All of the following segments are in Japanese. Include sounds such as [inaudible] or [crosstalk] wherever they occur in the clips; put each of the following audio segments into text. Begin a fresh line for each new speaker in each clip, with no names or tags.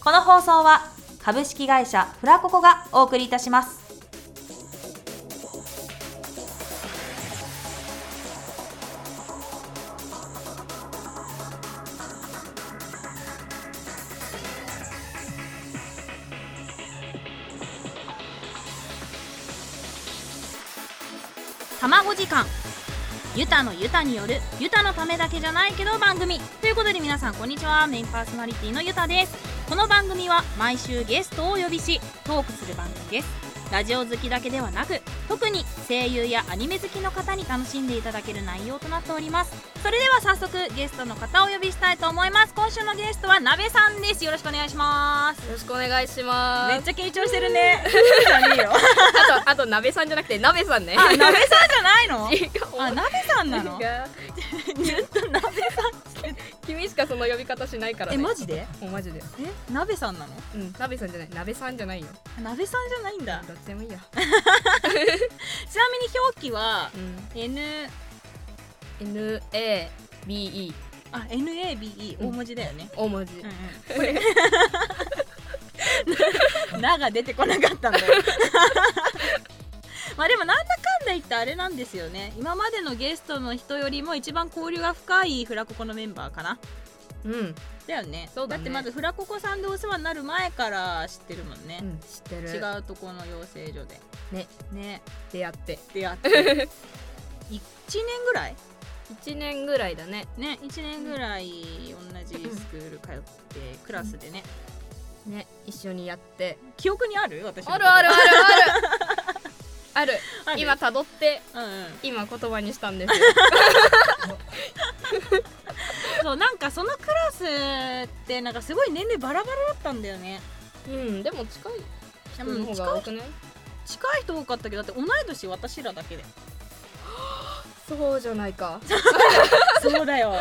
この放送は株式会社フラココがお送りいたします。卵時間ユタのユタによるユタのためだけじゃないけど番組ということで皆さんこんにちはメインパーソナリティのユタですこの番組は毎週ゲストをお呼びしトークする番組ですラジオ好きだけではなく特に声優やアニメ好きの方に楽しんでいただける内容となっておりますそれでは早速ゲストの方をお呼びしたいと思います今週のゲストはなべさんですよろしくお願いします
よろしくお願いしま
めっ
す。
ちゃ緊張してる [laughs] ねいいよ
あと、あと、鍋さんじゃなくて、鍋さんね。 [laughs]
あなべさんじゃないの
違う
あ、なべさんなの
違
[laughs]
う
ずっと鍋さん
君しかその呼び方しないから、ね。
えマジで
もうマジで。
え鍋さんなの
うん、鍋さんじゃない、鍋さんじゃないよ。
鍋さんじゃないんだ
どっちでもいいや。
ちなみに表記は
うん、
N
N. A. B. E.
あ NABE
うん
大文字だよね、
大文字。
うんうん、これ [laughs] なが出てこなかったんだよ [laughs] まあでもなんだかんだ言ってあれなんですよね今までのゲストの人よりも一番交流が深いフラココのメンバーかな
うん、うん、
だよね
そうだね
ってまずフラココさんでお世話になる前から知ってるもんね、
知ってる。
違うとこの養成所で
ね、
[laughs] ね
出会って。
出会って1年ぐらい
一年ぐらいだね。
ね1年ぐらい同じスクール通ってクラスでね
ね、一緒にやって。
記憶にある私のこ
あ
と
るあるある
[laughs]
ある。あ
あ
る。
る
今辿って、
うんうん
今言葉にしたんですよ。
そうなんかそのクラスってなんかすごい年齢バラバラだったんだよね [laughs]
うん、でも近い。
で
人の
も
方
近
が多
い
くない。
近い人多かったけどだって同い年私らだけで
そうじゃないか。
そうだよ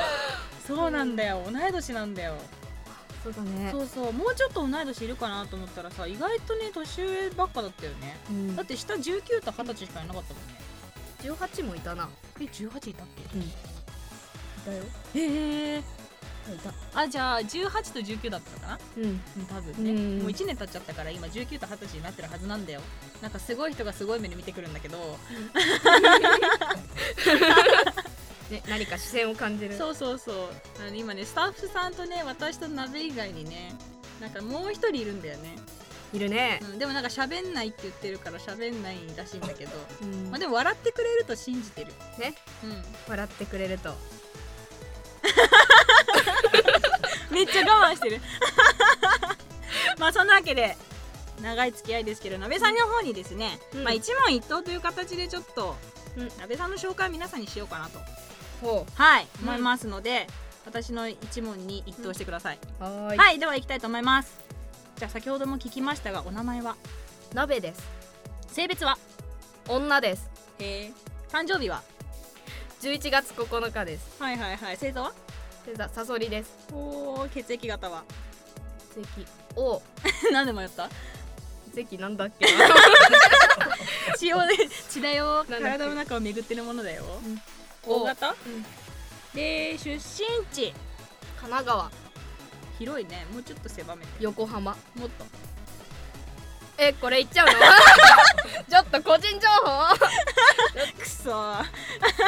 そうなんだよ同い年なんだよ
[laughs] そうだね。
そうそうもうちょっと同い年いるかなと思ったらさ意外とね年上ばっかだったよね
うん
だって下19と20歳しかいなかったもんね
18もいたな。
え18いたっ
うん。いたよ。
けへえ
いた。
あじゃあ18と19だったのかな
うん。
うん多分ね、
うん
もう1年経っちゃったから今19と20歳になってるはずなんだよなんかすごい人がすごい目で見てくるんだけど
ね、何か視線を感じる。
そうそうそうあの今ねスタッフさんとね私と鍋以外にねなんかもう一人いるんだよね、
いるね。
うん、でもなんか喋んないって言ってるから喋んないらしいんだけど
うん
まあでも笑ってくれると信じてる
ね、
う
笑ってくれると。
ん、めっちゃ我慢してる [laughs] まあそんなわけで長い付き合いですけど鍋さんの方にですね、
うん
まあ、一問一答という形でちょっと、
うん
鍋さんの紹介を皆さんにしようかなと
ほ
はい、
うん
思いますので私の一問に一答してください、
う。はーい。
はいでは行きたいと思いますじゃあ先ほども聞きましたがお名前は
鍋です。
性別は
女です。
へえ誕生日は
11月9日です。
はいはいはい星座は
で、さ、サソリです。
おー血液型 [laughs] は
関。お。
なんで迷った [laughs]
関なんだっ [laughs] け。
血をね血だよ
なんだっけ
体の中を巡ってるものだよ、
ん
O 型
うん
で出身地
神奈川、
広いねもうちょっと狭めて
横浜。
もっと
え、これ言っち [laughs] ゃうの。ちょっと個人情報。
くそー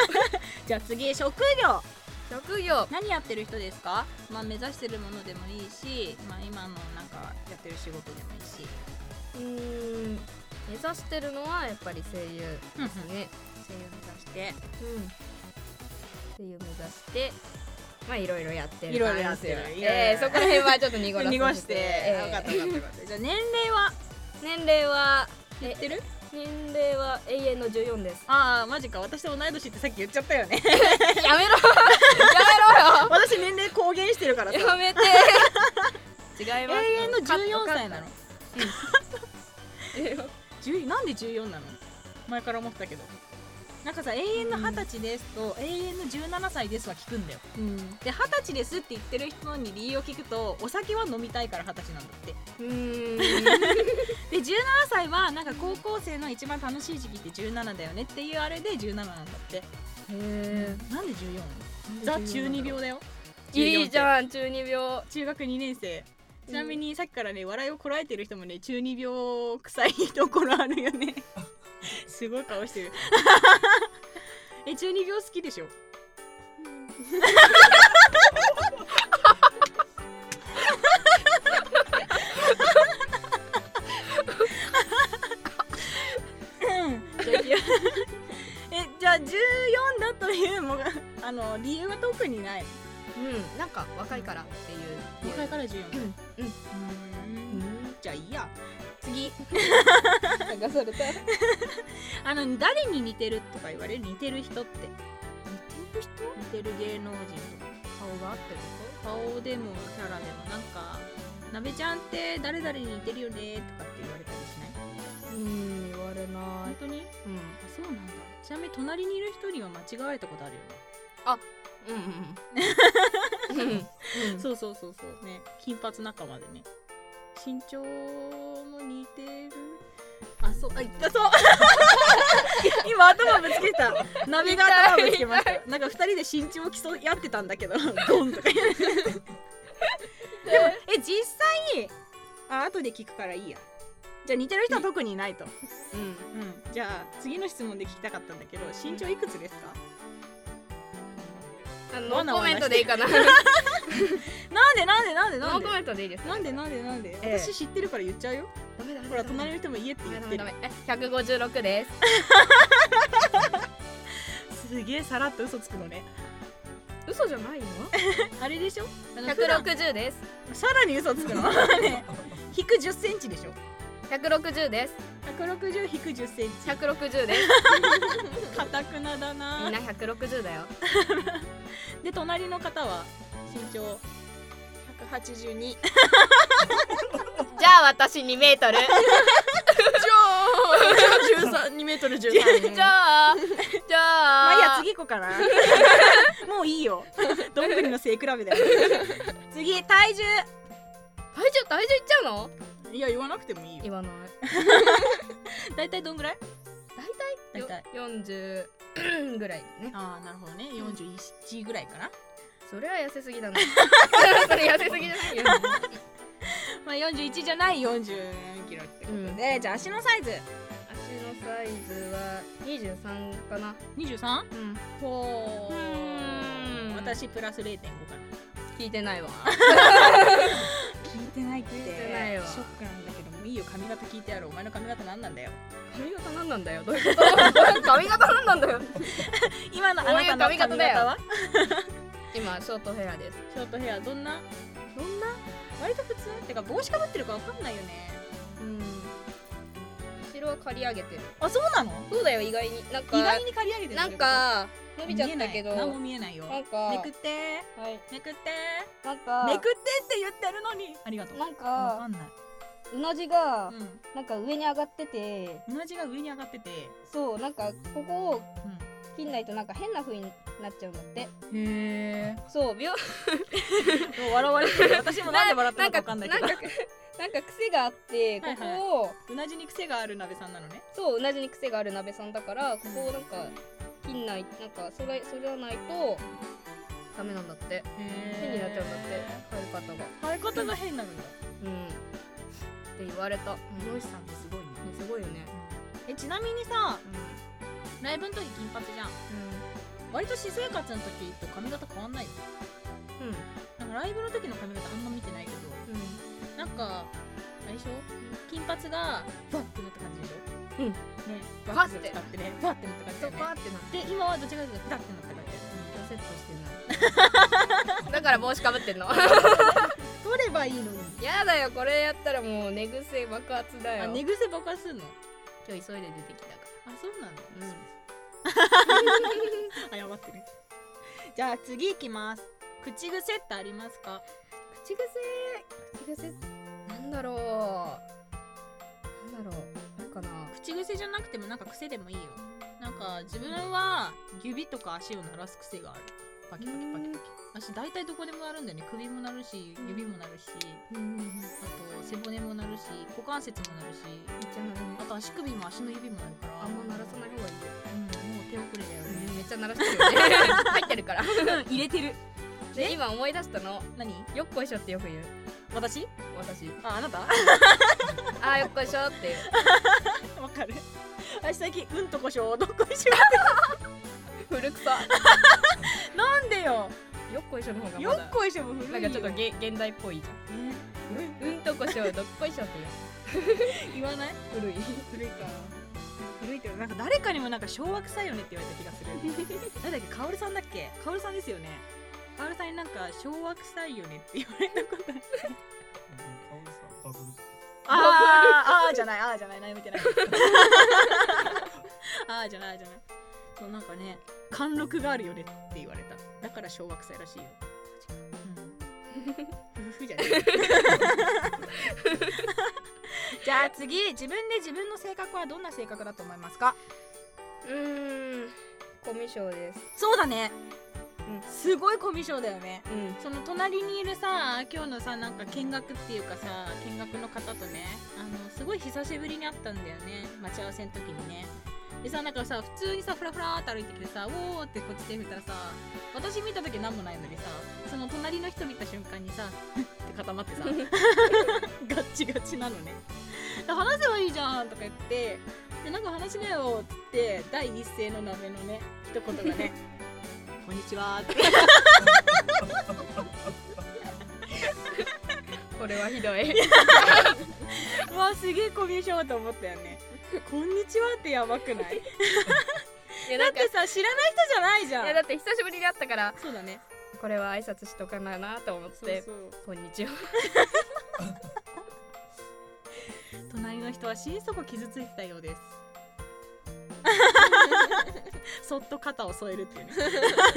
[laughs] じゃあ次職業
職業。
何やってる人ですか、まあ、目指してるものでもいいし、まあ、今のなんかやってる仕事でもいいし
うーん。目指してるのはやっぱり声優ですね。
声優目指して
うん、っていう目指して、まあいろいろやってる
いろいろやってる
感じです
い
よ
ろいろや
え
ってる
ーそこら辺はちょっと濁らせ
濁して、
えー
あよかったよかったよか [laughs] ったじゃあ年齢は
年齢は
言ってる
年齢は永遠の14で
[laughs]
す
ああマジか私と同い年ってさっき言っちゃったよね
やめろやめ
[laughs] 私年齢公言してるからさ
ろよやめて
永
違います
遠の14歳なの
えー
10なんで14なの前から思ったけどなんかさ永遠の二十歳ですと、永遠の17歳ですは聞くんだよ
うん
で二十歳ですって言ってる人に理由を聞くとお酒は飲みたいから二十歳なんだって
うん
で17歳はなんか高校生の一番楽しい時期って17だよねっていうあれで17なんだって
へ
なんで 14?
え
ザ中二病だよ
いいじ
ん
ゃん中二病
中学2年生ちなみにさっきからね笑いをこらえてる人もね中二病臭いところあるよねすごい顔してるえ中二病好きでしょ [laughs] じゃあいやえじゃあ14だというのがあの理由は特にない
うんなんか若いからっていう
回から14
うんうん
んじゃあいいや次
流された似て
あの誰に似てるとか言われる似てる人って
る人
似てる芸能人とか
顔があってる
顔でもキャラでもなんか「なべちゃんって誰々に似てるよね」とかって言われたりしない
ことうん言われな
本当に
うん
あそうなんだちなみに隣にいる人には間違われたことあるよね、
うんうんうん
そうそうそうそうね金髪仲間でね身長も似てるあそうあ痛そう [laughs] 今頭ぶつけた鍋が頭ぶつけましたなんか二人で身長を競い合ってたんだ [laughs] けどドンとか言ってえ実際にあ後で聞くからいいやじゃあ似てる人は特にいないと、
うん
うん、じゃあ次の質問で聞きたかったんだけど身長いくつですか
あ
わ
ノ
な
ー
わ
コ
な
メ
して
ントでいいかな
なんでなんでなんでな
ノ
ん
ー
で
コメントでいいです
なんでなんでなんで、
ええ
私知ってるから言っちゃうよ
ダメダメ
ほら隣の人も言えって言ってる
ダメダメダメえ156です
すげえさらっと嘘つくのね
嘘じゃないの
[laughs] あれでしょあの普段
160です
さらに嘘つ [laughs] くのね引く1 0ンチでしょ
160です
160引く1 0ンチ
160です
かたくなだ
み
なん
な160だよ
で隣の方は身長182じ
じゃあ私2メートル
ゃあ1 3 2メートル1 3
じゃあじゃあ
まあいいや次行こう [laughs] かなもういいよどんぐりの背比べだよ次体重
体重体重いっちゃうの
いや言わなくてもいい
言わ [laughs] ない
大体どんぐらい
大体よ
大
40ぐらいね
ああなるほどね41ぐらいかな
それは痩せすぎ [laughs] だなそれ痩せすぎじゃないよ
まあ41じゃない40キロってことで、じゃあ足のサイズ
足のサイズは23かな
23?
うん
ほ
うーん
私プラス0.5かな
聞いてないわ
聞いてないって聞い
てないわ
ショックなんだけどもういいよ髪型聞いてやるお前の髪型何なんだよ
[laughs] 髪型なんなんだよどういうこと [laughs] 髪型なんなんだよ
今のあ
こう
ないた
う
の
髪
髪型
型だよ
は
今ショートヘアです
ショートヘアどんなどんな割と普通ってか帽子かぶってるかわかんないよね
うん後ろは刈り上げてる
あそうなの
そうだよ意外になんか
意外に刈り上げてる
なんか伸びちゃったけど
何も見えないよ
なんか
めくって
はい
めくって
なんか
めくってって言ってるのにありがとう
なん
わか
か
んないう
なじが
うん
なんか上に上がってて
うなじが上に上がってて、
そうなんかここを
う
切んないとなんか変な風になっちゃうんだって
ん、へ
そう病
えもう笑われてる私も [laughs] なんで笑ったのかわかんないけど
なんかなんか癖があってこ
はいはい
こを
うなじに癖がある鍋さんなのね
そう同じに癖がある鍋さんだからここをなんか切んないなんかそれそれはないとダメなんだって変になっちゃうんだって生え方が
生え方が変なのよ
うんって言われた、うん
美容師さんってすごいね
すごいよね
えちなみにさ
うん、
ライブの時金髪じゃん割と私生活の時と髪型変わんないの
うんうん
なんかライブの時の髪型あんま見てないけど [laughs] なんかあれでしょ金髪がバッてなった感じでしょ
うん
ねバッて使ってねバッてなった感じ
そ
だ
う
よ
パ
ね
ーってなって
で今はどっちかというとダッてなった感じだよね
セットしてないだから帽子かぶっ
[laughs]
てんの
取ればいいのに
やだよこれやったらもう寝癖爆発だ
あ
よ
寝癖爆発すんの
今日急いで出てきたか
あそうなんだ
ら
謝ってるじゃあ次いきます口癖ってありますか
[laughs] 口癖口癖なんだろうなんだろうあれかな
口癖じゃなくてもなんか癖でもいいよなんか自分は指とか足を鳴らす癖があるパキパキパキパキ私大体どこでも鳴るんだよね首も鳴るし指も鳴るし
うんめっ
あと背骨も鳴るし股関節も鳴るし
ちゃなるね
あと足首も足の指も鳴るから
あんま鳴らさない方がいいよ
うんもう手遅れだよね
めっちゃ鳴らしてるよ [laughs] ね入ってるから
入れてる
で今思い出したの
何
よっこいしょってよく言う
私
私
ああなた
あーよっこいしょっていう
わかる私最近うんとこしょうどっこい [laughs] しょ
古 [laughs] 臭
なんでよ
よっこいしょの方が
よ
ま
っ
だ
こいしょも古い
な
よ
んかちょっとげ現代っぽいじゃんうんとこしょどっこいしょって
言わない
言う古い
古いか古いけどなんか誰かにもなんか昭和臭いよねって言われた気 [laughs] がする誰だっけカオルさんだっけカオルさんですよねカオルさんになんか昭和臭いよねって言われたことある
バブル
あーあーじゃないああじゃない悩めてない [laughs] ああじゃないあーじゃないそうなんかね貫禄があるよねって言われただから昭和臭いらしいようん夫婦じゃねえ [laughs] じゃあ次自分で自分の性格はどんな性格だと思いますか
うーんコミュ障です
そうだね、
う
すごいコミュ障だよね
うん
その隣にいるさ今日のさなんか見学っていうかさ見学の方とねあのすごい久しぶりに会ったんだよね待ち合わせの時にねでさなんかさ普通にさフラフラーって歩いてきてさおーってこっち手振ったらさ私見た時何もないのにさその隣の人見た瞬間にさって固ま
[laughs]
ってさガッチガチなのねで話せばいいじゃんとか言ってでなんか話しなよっつって第一声の鍋のね一言
[laughs]
がねこんにちはーって
これはひどい
うわすげえコミュ障と思ったよね [laughs] こんにちはってやばく [laughs] ない
いや
だ
な
っ
んか
てさ知らない人じゃないじ
いや
ゃ
だ
ん
って久しぶりに会ったから
そうだね
これは挨拶しとかななと思って
そうそう
こんにちは
隣の人は心底傷ついてたようです [laughs] そっと肩を添える [laughs] っていうね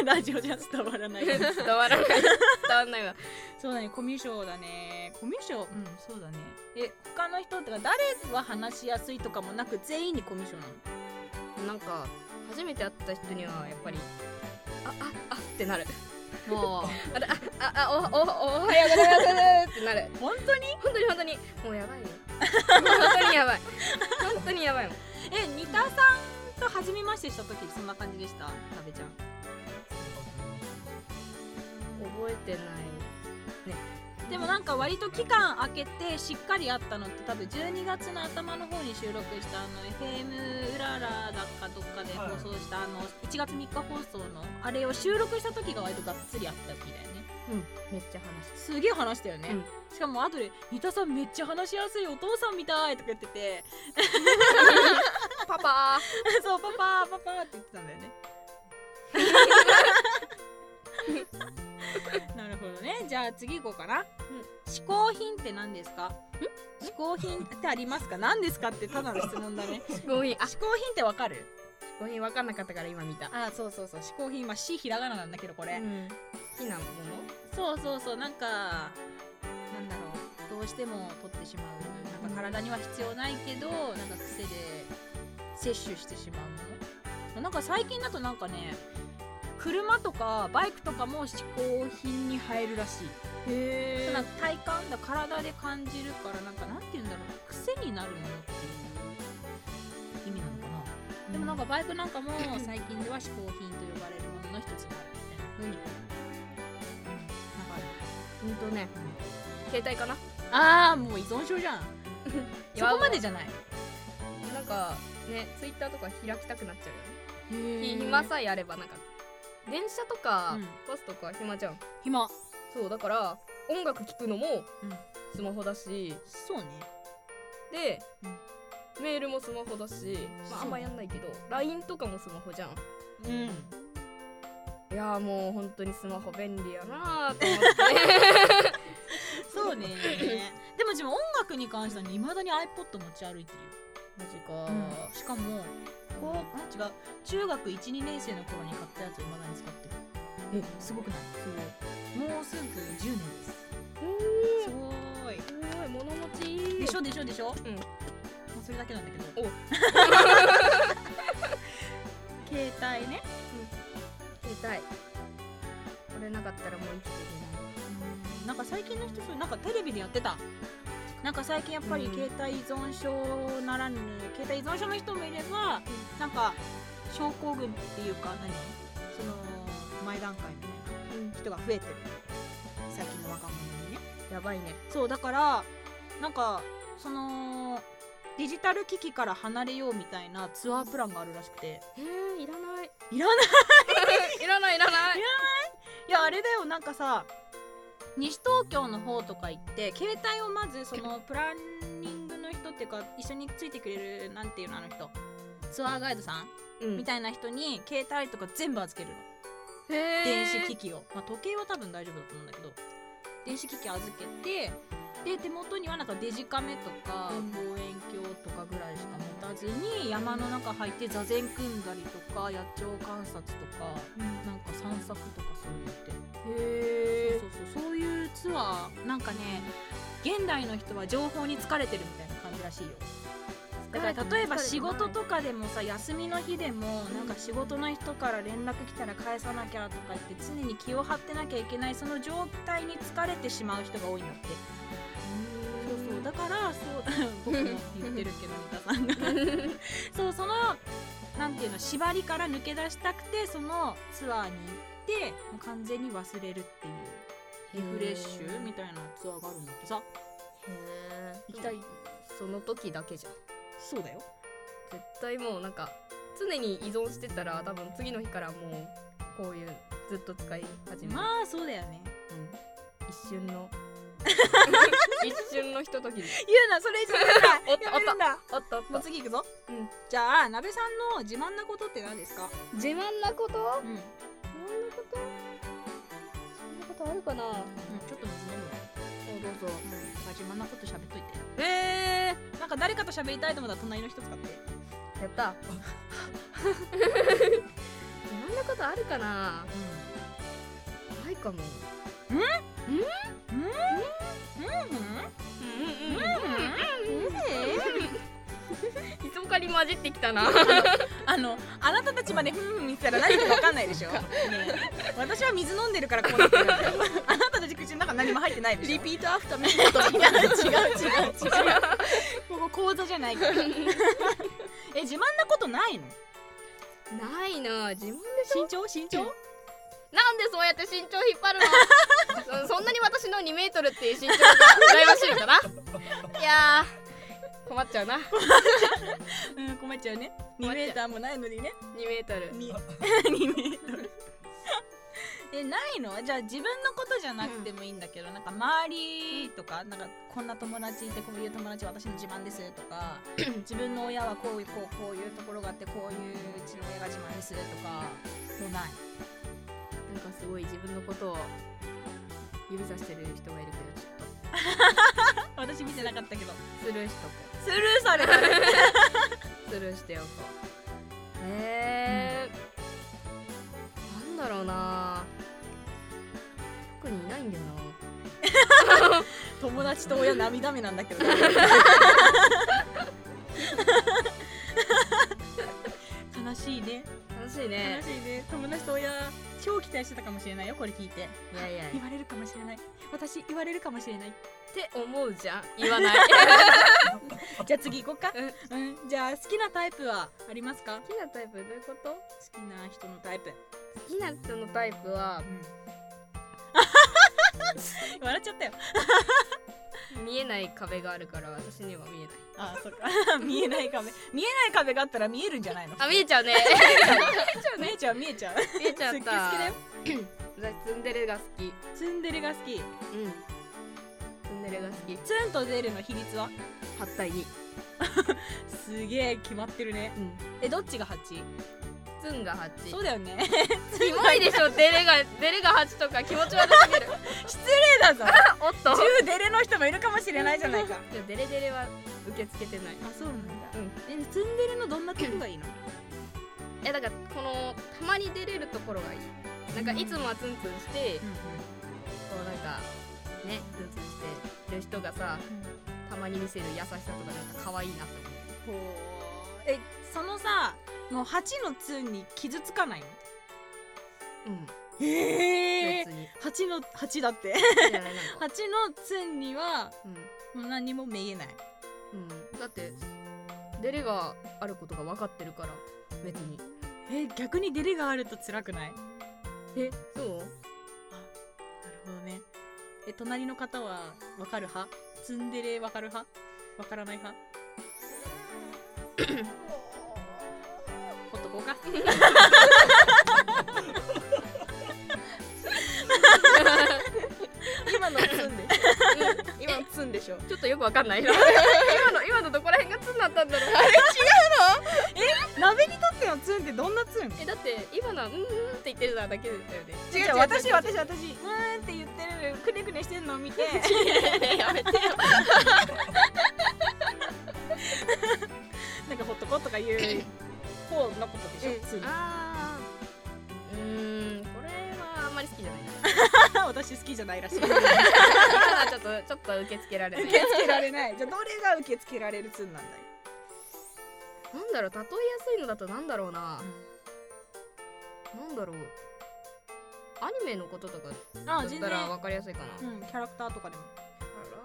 ラジオじゃ伝わらない
伝
[laughs]
わらない伝わんないわ
そうだねコミュ障だねコミュ障うんそうだねえ他の人とか誰は話しやすいとかもなく全員にコミュ障なの
なんか初めて会った人にはやっぱりあああってなる
もう
あれあああおおおおはようございますってなる
本当に
本当に本当にもうやばいよ本当にやばい本当にやばいもん
え仁田さんと初めましてした時そんな感じでした食べちゃん
覚えてない
でもなんか割と期間空けてしっかりあったのって多分12月の頭の方に収録したあの FM うららだかどっかで
はい
放送したあの1月3日放送のあれを収録した時が割とがっつりあった日だよね
うんめっちゃ話し
すげえ話したよね、
うん
しかも後で「三田さんめっちゃ話しやすいお父さんみたい」とか言ってて
たパパ
「 [laughs] そうパパパパ」って言ってたんだよね [laughs] なるほどねじゃあ次行こうかな、嗜好品って何ですか嗜好品ってありますか何ですかってただの質問だ [laughs] ね
ーごめんあ
嗜好品ってわかる
ごめん分かんなかったから今見た
あそうそうそう嗜好品まあ「し」ひらがななんだけどこれ、
うん好きなもの
そうそうそうなんかなんだろうどうしても取ってしまうなんか体には必要ないけどなんか癖で摂取してしまうものなんか最近だとなんかね車とかバイクとかも嗜好品に入るらしい
へ
なんか体感だ体で感じるからなんかなんて言うんだろう癖になるものっていう意味なのかな、でもなんかバイクなんかも最近では嗜好品と呼ばれるものの一つであるみたいな風に、うん、なんかある
うんとね携帯かな
ああもう依存症じ [laughs] ゃんそこまで
じ
じゃない
ゃなんかねツイッターとか開きたくなっちゃうよねひ
暇
暇さえあればなんか電車とか、
うん
バスとか暇じゃん
暇
そうだから音楽聴くのも
うん
スマホだし
そうね
で、
うん
メールもスマホだし、まあ、あ
そうん
まやんないけど LINE とかもスマホじゃん
うん
いやーもう本当にスマホ便利やなーと思って
そうね [laughs] でも自分音楽に関してはいまだに iPod 持ち歩いてるよ
マジか
しかもこう違う中学12年生の頃に買ったやつをまだに使ってるえすごくないすごいもうすぐ10年ですすごい
すごい物持ちいい
でしょでしょでしょ
う
[laughs]
ん
まあそれだけなんだけど
お
そ帯ね
見たいこれなかったらもう生きていけない
なんか最近の人そうなんかテレビでやってたなんか最近やっぱり
うん
携帯依存症ならぬ、携帯依存症の人もいれば、なんか症候群っていうか何その前段階みたいな人が増えてる最近の若者にね
やばいね
そうだからなんかそのデジタル機器から離れようみたいなツアープランがあるらしくて
えー、いらない
いらない
[laughs] いらないいらない
いやあれだよなんかさ西東京の方とか行って携帯をまずそのプランニングの人っていうか一緒についてくれるなんていうのあの人ツアーガイドさん、
うん
みたいな人に携帯とか全部預けるの
へー
電子機器を、まあ、時計は多分大丈夫だと思うんだけど電子機器預けてで手元にはなんかデジカメとか
うん
望遠鏡とかぐらいしか持たずに山の中入って座禅組んだりとか野鳥観察とかなんか散策とかするのってそうそう
へ
そうそういうツアーなんかね現代の人は情報に疲れてるみたいな感じらしいよだから例えば仕事とかでもさ休みの日でもなんか仕事の人から連絡来たら返さなきゃとか言って常に気を張ってなきゃいけないその状態に疲れてしまう人が多いんだってそうそうだからそう [laughs] 僕も言ってるけど三田さんがそうそのなんていうの縛りから抜け出したくてそのツアーに行ってもう完全に忘れるっていうリフレッシュみたいなツアーがあるんだってさ行きたい
その時だけじゃん
そうだよ
絶対もうなんか常に依存してたら多分次の日からもうこういうずっと使い始める、
まあそうだよね
うん一瞬 [laughs] の一瞬のひとときです
言うなそれ以上 [laughs] 言うな
おっと
やめるんだ
あったあっ
もう次行くぞ、
うん
じゃあ鍋さんの自慢なことって何ですか
自慢なことそんな
うん、うん、
ことそんなことあるかな
ちょっと難しい
そうどうぞ
自慢なこと喋っといて
え
なんか誰かと喋りたいと思ったら隣の人使って
ー、やった自慢なことあるかなないかも
う
うん
んうんうんうん
いつもかに混じってきたな
あの、あなたたちまで、ふん、見てたら、何かわかんないでしょ。ねえ私は水飲んでるから、こうなってるんだよ。あなたたち口の中、何も入ってないでしょ。
ートアフターメ
[laughs] 違う、違う、違う、違う。こ [laughs] こ講座じゃないから。え、自慢なこと [laughs] ないの。
ないな自慢でしょ
身長、身長。
なんでそうやって身長引っ張るの [laughs] そそんなに私の2メートルっていう身長が羨ましいのかないやー困っちゃうな
うん、困っちゃうね。二メーターもないのにね。
2メートル
二二メートル。 [laughs] え、ないのじゃあ自分のことじゃなくてもいいんだけど、なんか周りとかなんかこんな友達いてこういう友達私の自慢ですとか自分の親はこういうこうこういうところがあってこういううちの親が自慢ですとかもうない
なんかすごい自分のことを指さしてる人がいるけどちょっ
私見てなかったけど
とスルーしとこ
スルーされた
うスルーしておこうえー、なんだろうな特にいないんだよな
友達と親涙目なんだけど悲しいね
楽しいね
悲しいね友達と親超期待してたかもしれないよこれ聞いて
いやいや
言われるかもしれない私言われるかもしれない
って思うじゃん言 [laughs] わない
じゃあ次行こうか
うん
うんじゃあ好きなタイプはありますか
好きなタイプどういうこと
好きな人のタイプ [laughs]
好きな人のタイプは
笑っちゃったよ
見えない壁があるから私には見えない
あそっか [laughs] 見えない壁見えない壁があったら見えるんじゃないの
あ見えちゃうね
見えちゃう見えちゃう
[laughs] 見えちゃ
すっ
っ
げー好きだよ
た私ツンデレが好きうん
ツンデレが好き
ツンデレが好き
ツンとデレの比率は
8対2
すげえ決まってるね
うん
えどっちが 8?
ツンが8
そうだよ [laughs] ね
キモいでしょデレがデレが8とか気持ち悪すぎる
[laughs] 失礼 [laughs] だぞ
[laughs] おっと
10デレの人もいるかもしれないじゃない
[laughs]
か
でもデレデレは受け付けてない
あそうなんだ
うん
えツンデレのどんなとこがいいの
えだからこのたまに出れるところがいいなんかいつもはツンツンしてこうなんかねツンツンしてる人がさたまに見せる優しさとかなんか可愛いなと思う
ほうえそのさの8の2に傷つかないの
うん
へ
別に
8の8だ [laughs] って
やらない
8の2には
う
もう何もめげない
ん、うん、だってデレがあることが分かってるから別に
え逆にデレがあると辛くない
えそう
なるほどね。え、隣の方はわかる派ツンデレわかる派わからない派ほっとこうか。
今のツンでしょ、今のツンでしょちょっとよく分かんないな今の今のどこら辺がツンだったんだろう
鍋にとってのツンってどんなツン
えだって今のはうんうんって言ってるだけだったよね
違う違う、私、私、私、うーんって言ってる、くねくねしてるのを見 [laughs] て、
[laughs] やめてよ
なんかほっとこうとか言う、こうのことでしょ、ツン。
あーうーんこれはあんまり好きじゃないな
私好きじゃないらしい。
今の
[laughs]
はちょっとちょっと受け付けられない
受け付けられない。じゃあ、どれが受け付けられるツンなんだよ。
なんだろう例えやすいのだとなんだろうな、なんだろうアニメのこととか
あ
だっ
全
た
然
ら分かりやすいかな、
うん、キャラクターとかでも。
キャ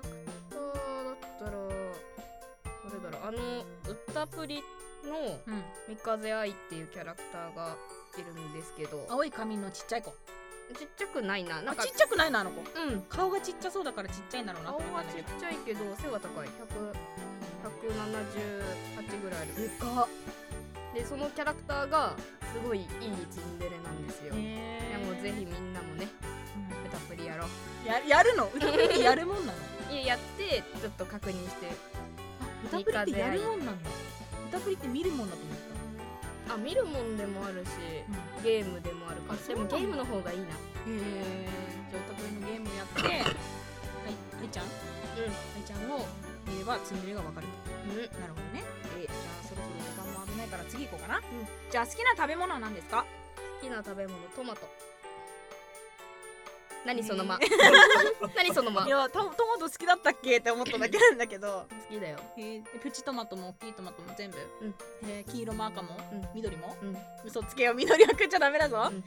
ラクターだったらどれだろうあの歌プリの
うん。
三風愛っていうキャラクターがいるんですけど
青い髪のちっちゃい子。
ちっちゃくないなな
あ
んか
ちっちゃくないな、あの子。
うん
顔がちっちゃそうだからちっちゃいんだろうなと
顔
思った
は
んだ
ち
け
っ
ど
ちゃいけど背は高い100 178ぐらいある
か
でそのキャラクターがすごいいいツンデレなんですよ、いや
え
もうぜひみんなもね歌プリやろう
ややるの歌プリってやるもんなの
いややってちょっと確認して
歌プリってやるもんなんだ歌プリって見るもんだと思っ
あ見るもんでもあるし、
た
ゲームでもあるか
あ
ら
そう
で
な
も
んだ
ゲームの方がいいな
へえじゃあ歌プリのゲームやって [laughs] はい愛ちゃん愛ちゃんを見ればツンデレがわかる
うん、うん、
なるほどね
え
じゃあそろそろ時間も危ないから次行こうかな、じゃあ好きな食べ物は何ですか
好きな食べ物トマト何その間 [laughs] 何その
[laughs]
間好
やトマト好きだったっけって思っただけなんだけど
きだよ
へえプチトマトも大きいトマトも全部、
うん
へえ黄色も赤も、
うん
緑も
うん
嘘つけよ緑は食っちゃダメだぞ、
うん
[laughs]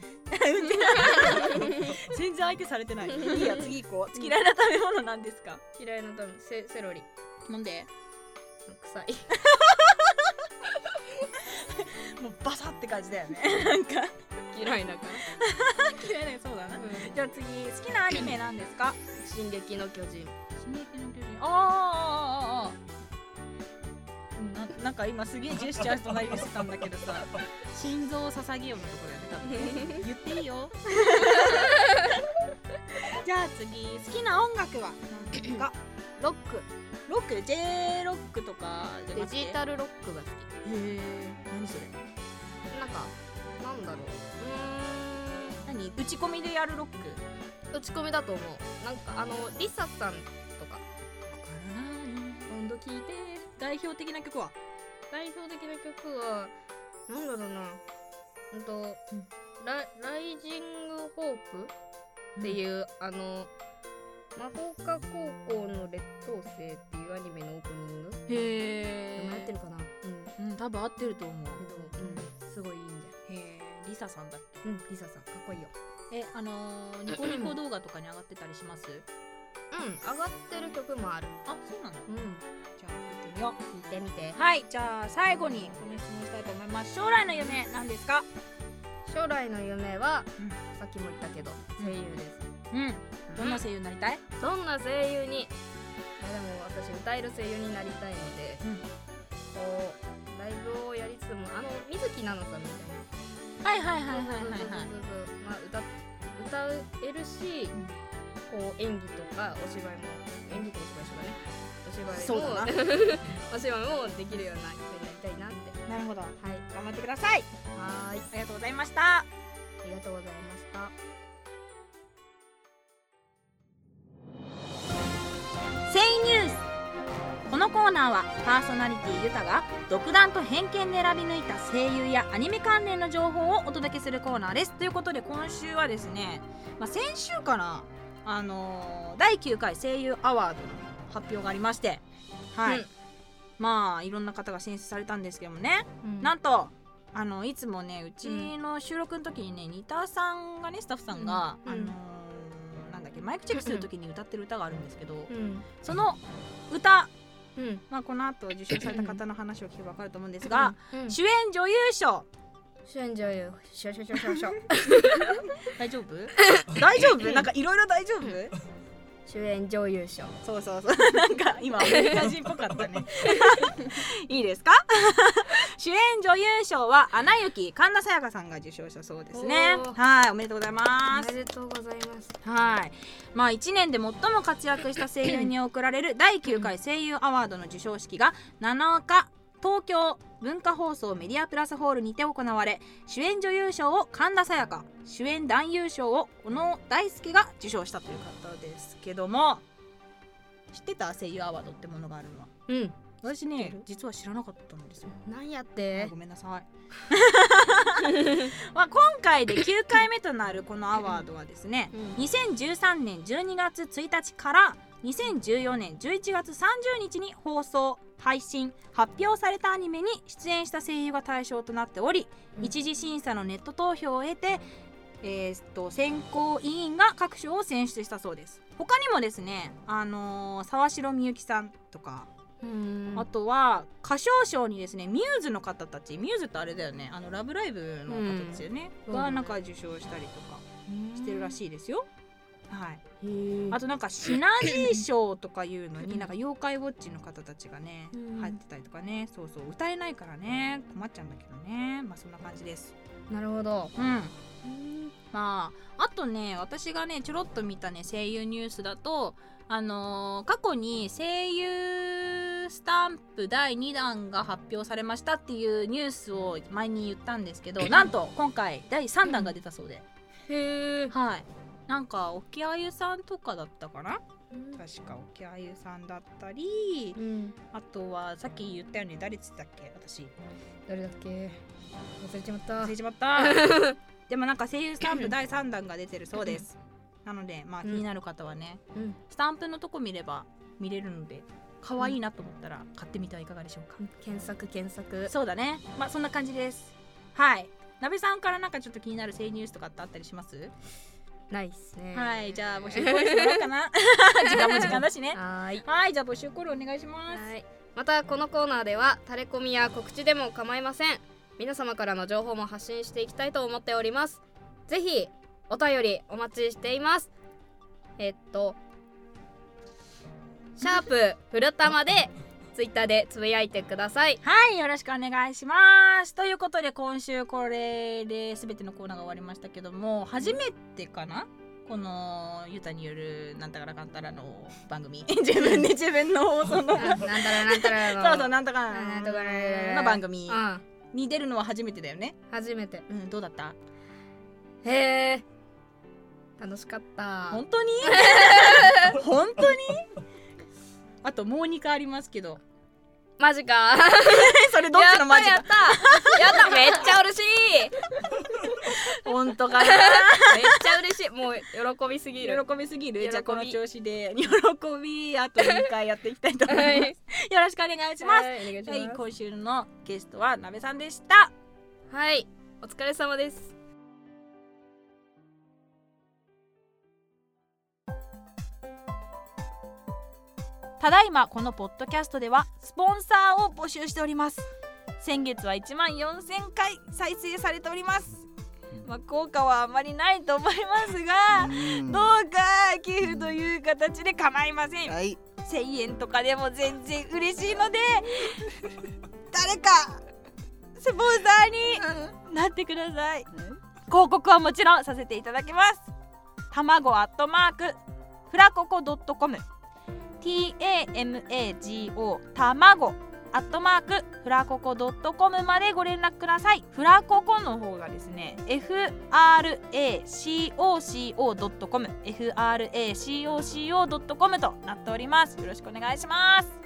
全然相手されてないいいや次行こう嫌いな食べ物なんですか
嫌いな食べ物セセロリ
なんで
臭い
もうバサって感じだよねなんか
[laughs] 嫌いだから
嫌 [laughs] いなそうだな
う
じゃあ次好きなアニメなんですか
ん進撃の巨人
進撃の巨人あーあーあーあーあーななんか今すげえジェスチャー隣でしてたんだけどさ心臓を捧げようのところだよね多分言っていいよ [laughs] じゃあ次好きな音楽は何ですか
ロック
ロック J ロックとかじゃ
デ
なくて
ジタルロックが好
へえ何それ
きなんかなんだろう
何打ち込みでやるロック
うーん打ち込みだと思うなんかあのリサさんとか今度聞いて
代表的な曲は
代表的な曲はなんだろうなうんと、
うん
ライライジングホープっていうう、あの魔法科高校の劣等生っていうアニメのオープニング、
へ
でもやって
え
るかなう
う
んけ
ん多分合ってると思う
ど、うん、すごいいいんだよ
へえリサさんだっけ
うんリサさんかっこいいよ
えあのー、ニコニコ動画とかに上がってたりします
うん上がってる曲もある
あそうなんだ
うん
じゃあ聞いてみよ
聞いてみて
うはいじゃあ最後にこの質問したいと思います将来の夢何ですか
将来の夢は、
うん
さっきも言ったけど声優です、
うんどんな
うん
声優になりたい
どんな声優にいやでも私歌える声優になりたいので、
うん
こうライブをやりつつもあの水木奈々さんみたいな
はいはいは
そうそうそうそうまあ歌っ歌えるし、
ん
こう演技とかお芝居も演技とお芝居
そう
お芝居も
だな
[laughs] お芝居もできるような人になりた
なる
いなって
ほど
はい
頑張ってください
はーい
ありがとうございました
ありがとうございました
セイニュースこのコーナーはパーソナリティユタが独断と偏見で選び抜いた声優やアニメ関連の情報をお届けするコーナーですということで今週はですね、まあ、先週からあのー第9回声優アワードの発表がありましてはい、
うん
まあいろんな方が選出されたんですけどもね、
うん
なんとあのいつもねうちの収録の時にね、ニタさんがねスタッフさんが、
うん
あのーなんだっけマイクチェックする時に歌ってる歌があるんですけど、
うん
その歌、
うん
まあ、この後受賞された方の話を聞けば分かると思うんですが、
うん
主演女優賞
主演女優シャシャシャシ
[laughs]
ャシャ
大丈夫 [laughs] 大丈夫なんかいろいろ大丈夫
主演女優賞
そうそうそう [laughs] なんか今アメリカ人っぽかったね [laughs] いいですか [laughs] 主演女優賞はアナ雪神田沙也加さんが受賞したそうですね
おー
はいおめでとうござい
お
ま
め
す
でとうございます
はいまあ1年で最も活躍した声優に贈られ [clears throat] る第9回声優アワードの授賞式が7日東京文化放送メディアプラスホールにて行われ主演女優賞を神田沙也加主演男優賞を小野大輔が受賞したという方ですけども知ってた声優アワードってものがあるのは
うん
私
知っ
ね
てる
実は知らなかったんですよ
なんやって
ごめんなさい、 [laughs] まあ、今回で9回目となるこのアワードはですね
うん
2013年12月1日から2014年11月30日に放送配信発表されたアニメに出演した声優が対象となっており、
うん
一次審査のネット投票を得て、えーっと選考委員が各賞を選出したそうです他にもですね、あのー沢城みゆきさんとか、
うん
あとは歌唱賞にですねミューズの方たちミューズってあれだよねあの「ラブライブ!」の方ですよね、
うん
がなんか受賞したりとかしてるらしいですよ、はい
い
あとなんかシナジー賞とかいうのになんか妖怪ウォッチの方たちがね
うん
入ってたりとかねそうそう歌えないからね困っちゃうんだけどねまあそんな感じです
なるほど
うんまああとね私がねちょろっと見たね声優ニュースだとあのー過去に声優スタンプ第2弾が発表されましたっていうニュースを前に言ったんですけ [laughs] どなんと今回第3弾が出たそうで、
へえ
はいなんか沖あゆさんとかだったかな確か沖あゆさんだったり
うん
あとはさっき言ったよね誰つったっけ私
誰だっけ忘れちまった
忘れちまった
[laughs]
でもなんか声優スタンプ第3弾が出てるそうですなのでまあ気
うん
になる方はね、
うん
スタンプのとこ見れば見れるので可愛いなと思ったら買ってみてはいかがでしょうか、
検索検索
そうだねまあそんな感じですはい鍋さんからなんかちょっと気になる声優ニュースとかってあったりします
ないっすね
はいじゃあ募集コールしてもらおうか
[laughs]
な時間も時間だしね
はーい
はいじゃあ募集コールお願いします
はいまたこのコーナーではタレコミや告知でも構いません皆様からの情報も発信していきたいと思っておりますぜひお便りお待ちしていますえっとシャープフルタマでツイッターでつぶやいてく
[laughs]
ださい
はい、よろしくお願いします。ということで、今週これで全てのコーナーが終わりましたけども、初めてかなこのユタによるなんたからかんたらの番組。 [laughs] 自分で自分の [laughs] 放送の。
なんたらなんたらの
そうそう、なんとか
なんとかね
の番組
うん
に出るのは初めてだよね。
初めて
うん、どうだった
へえ楽しかった
本 [laughs] 当に本当にあともう2回ありますけど。 [laughs]
マジか
そ [laughs] れどっちのマジ
や
か
っ。たやったやっためっちゃ嬉しい
本当かな
[laughs] めっちゃ嬉しい。もう喜びすぎる。
喜びすぎ
喜
る
び
じゃあこの調子で喜びあと2回やっていきたいと思います、
はい
よろしくお願いします、
はい、お願いし
はい、
ます。
今週のゲストはなべさんでした
はい、お疲れ様です。
ただいまこのポッドキャストではスポンサーを募集しております先月は1万4000回再生されておりますまあ効果はあまりないと思いますが
うん
どうか寄付という形で構いません
はい
1000円とかでも全然嬉しい
[laughs]
ので誰かスポンサーになってください広告はもちろんさせていただきます卵アットマークフラココドットコム TAMAGO 卵アットマークフラココドットコムまでご連絡くださいフラココの方がですね FRACOCO.com FRACOCO.com となっておりますよろしくお願いします